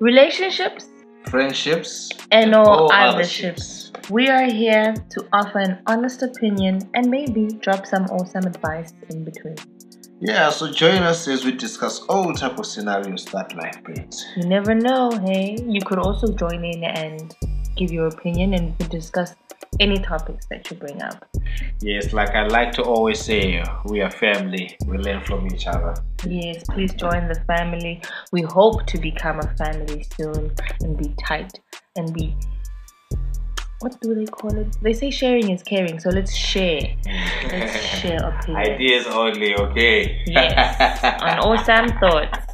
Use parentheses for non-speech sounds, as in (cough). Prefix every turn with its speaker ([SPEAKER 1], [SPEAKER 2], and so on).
[SPEAKER 1] relationships,
[SPEAKER 2] friendships,
[SPEAKER 1] and all
[SPEAKER 2] all
[SPEAKER 1] other
[SPEAKER 2] other
[SPEAKER 1] ships. We are here to offer an honest opinion and maybe drop some awesome advice in between.
[SPEAKER 2] Yeah, so join us as we discuss all type of scenarios that life brings.
[SPEAKER 1] You never know, hey? You could also join in and give your opinion and we could discuss any topics that you bring up.
[SPEAKER 2] Yes, like I like to always say, we are family. We learn from each other.
[SPEAKER 1] Yes, please join the family. We hope to become a family soon and be tight and be. What do they call it? They say sharing is caring, so let's share.
[SPEAKER 2] (laughs)
[SPEAKER 1] Let's share opinions.
[SPEAKER 2] Ideas only, okay? (laughs)
[SPEAKER 1] Yes, on awesome thoughts.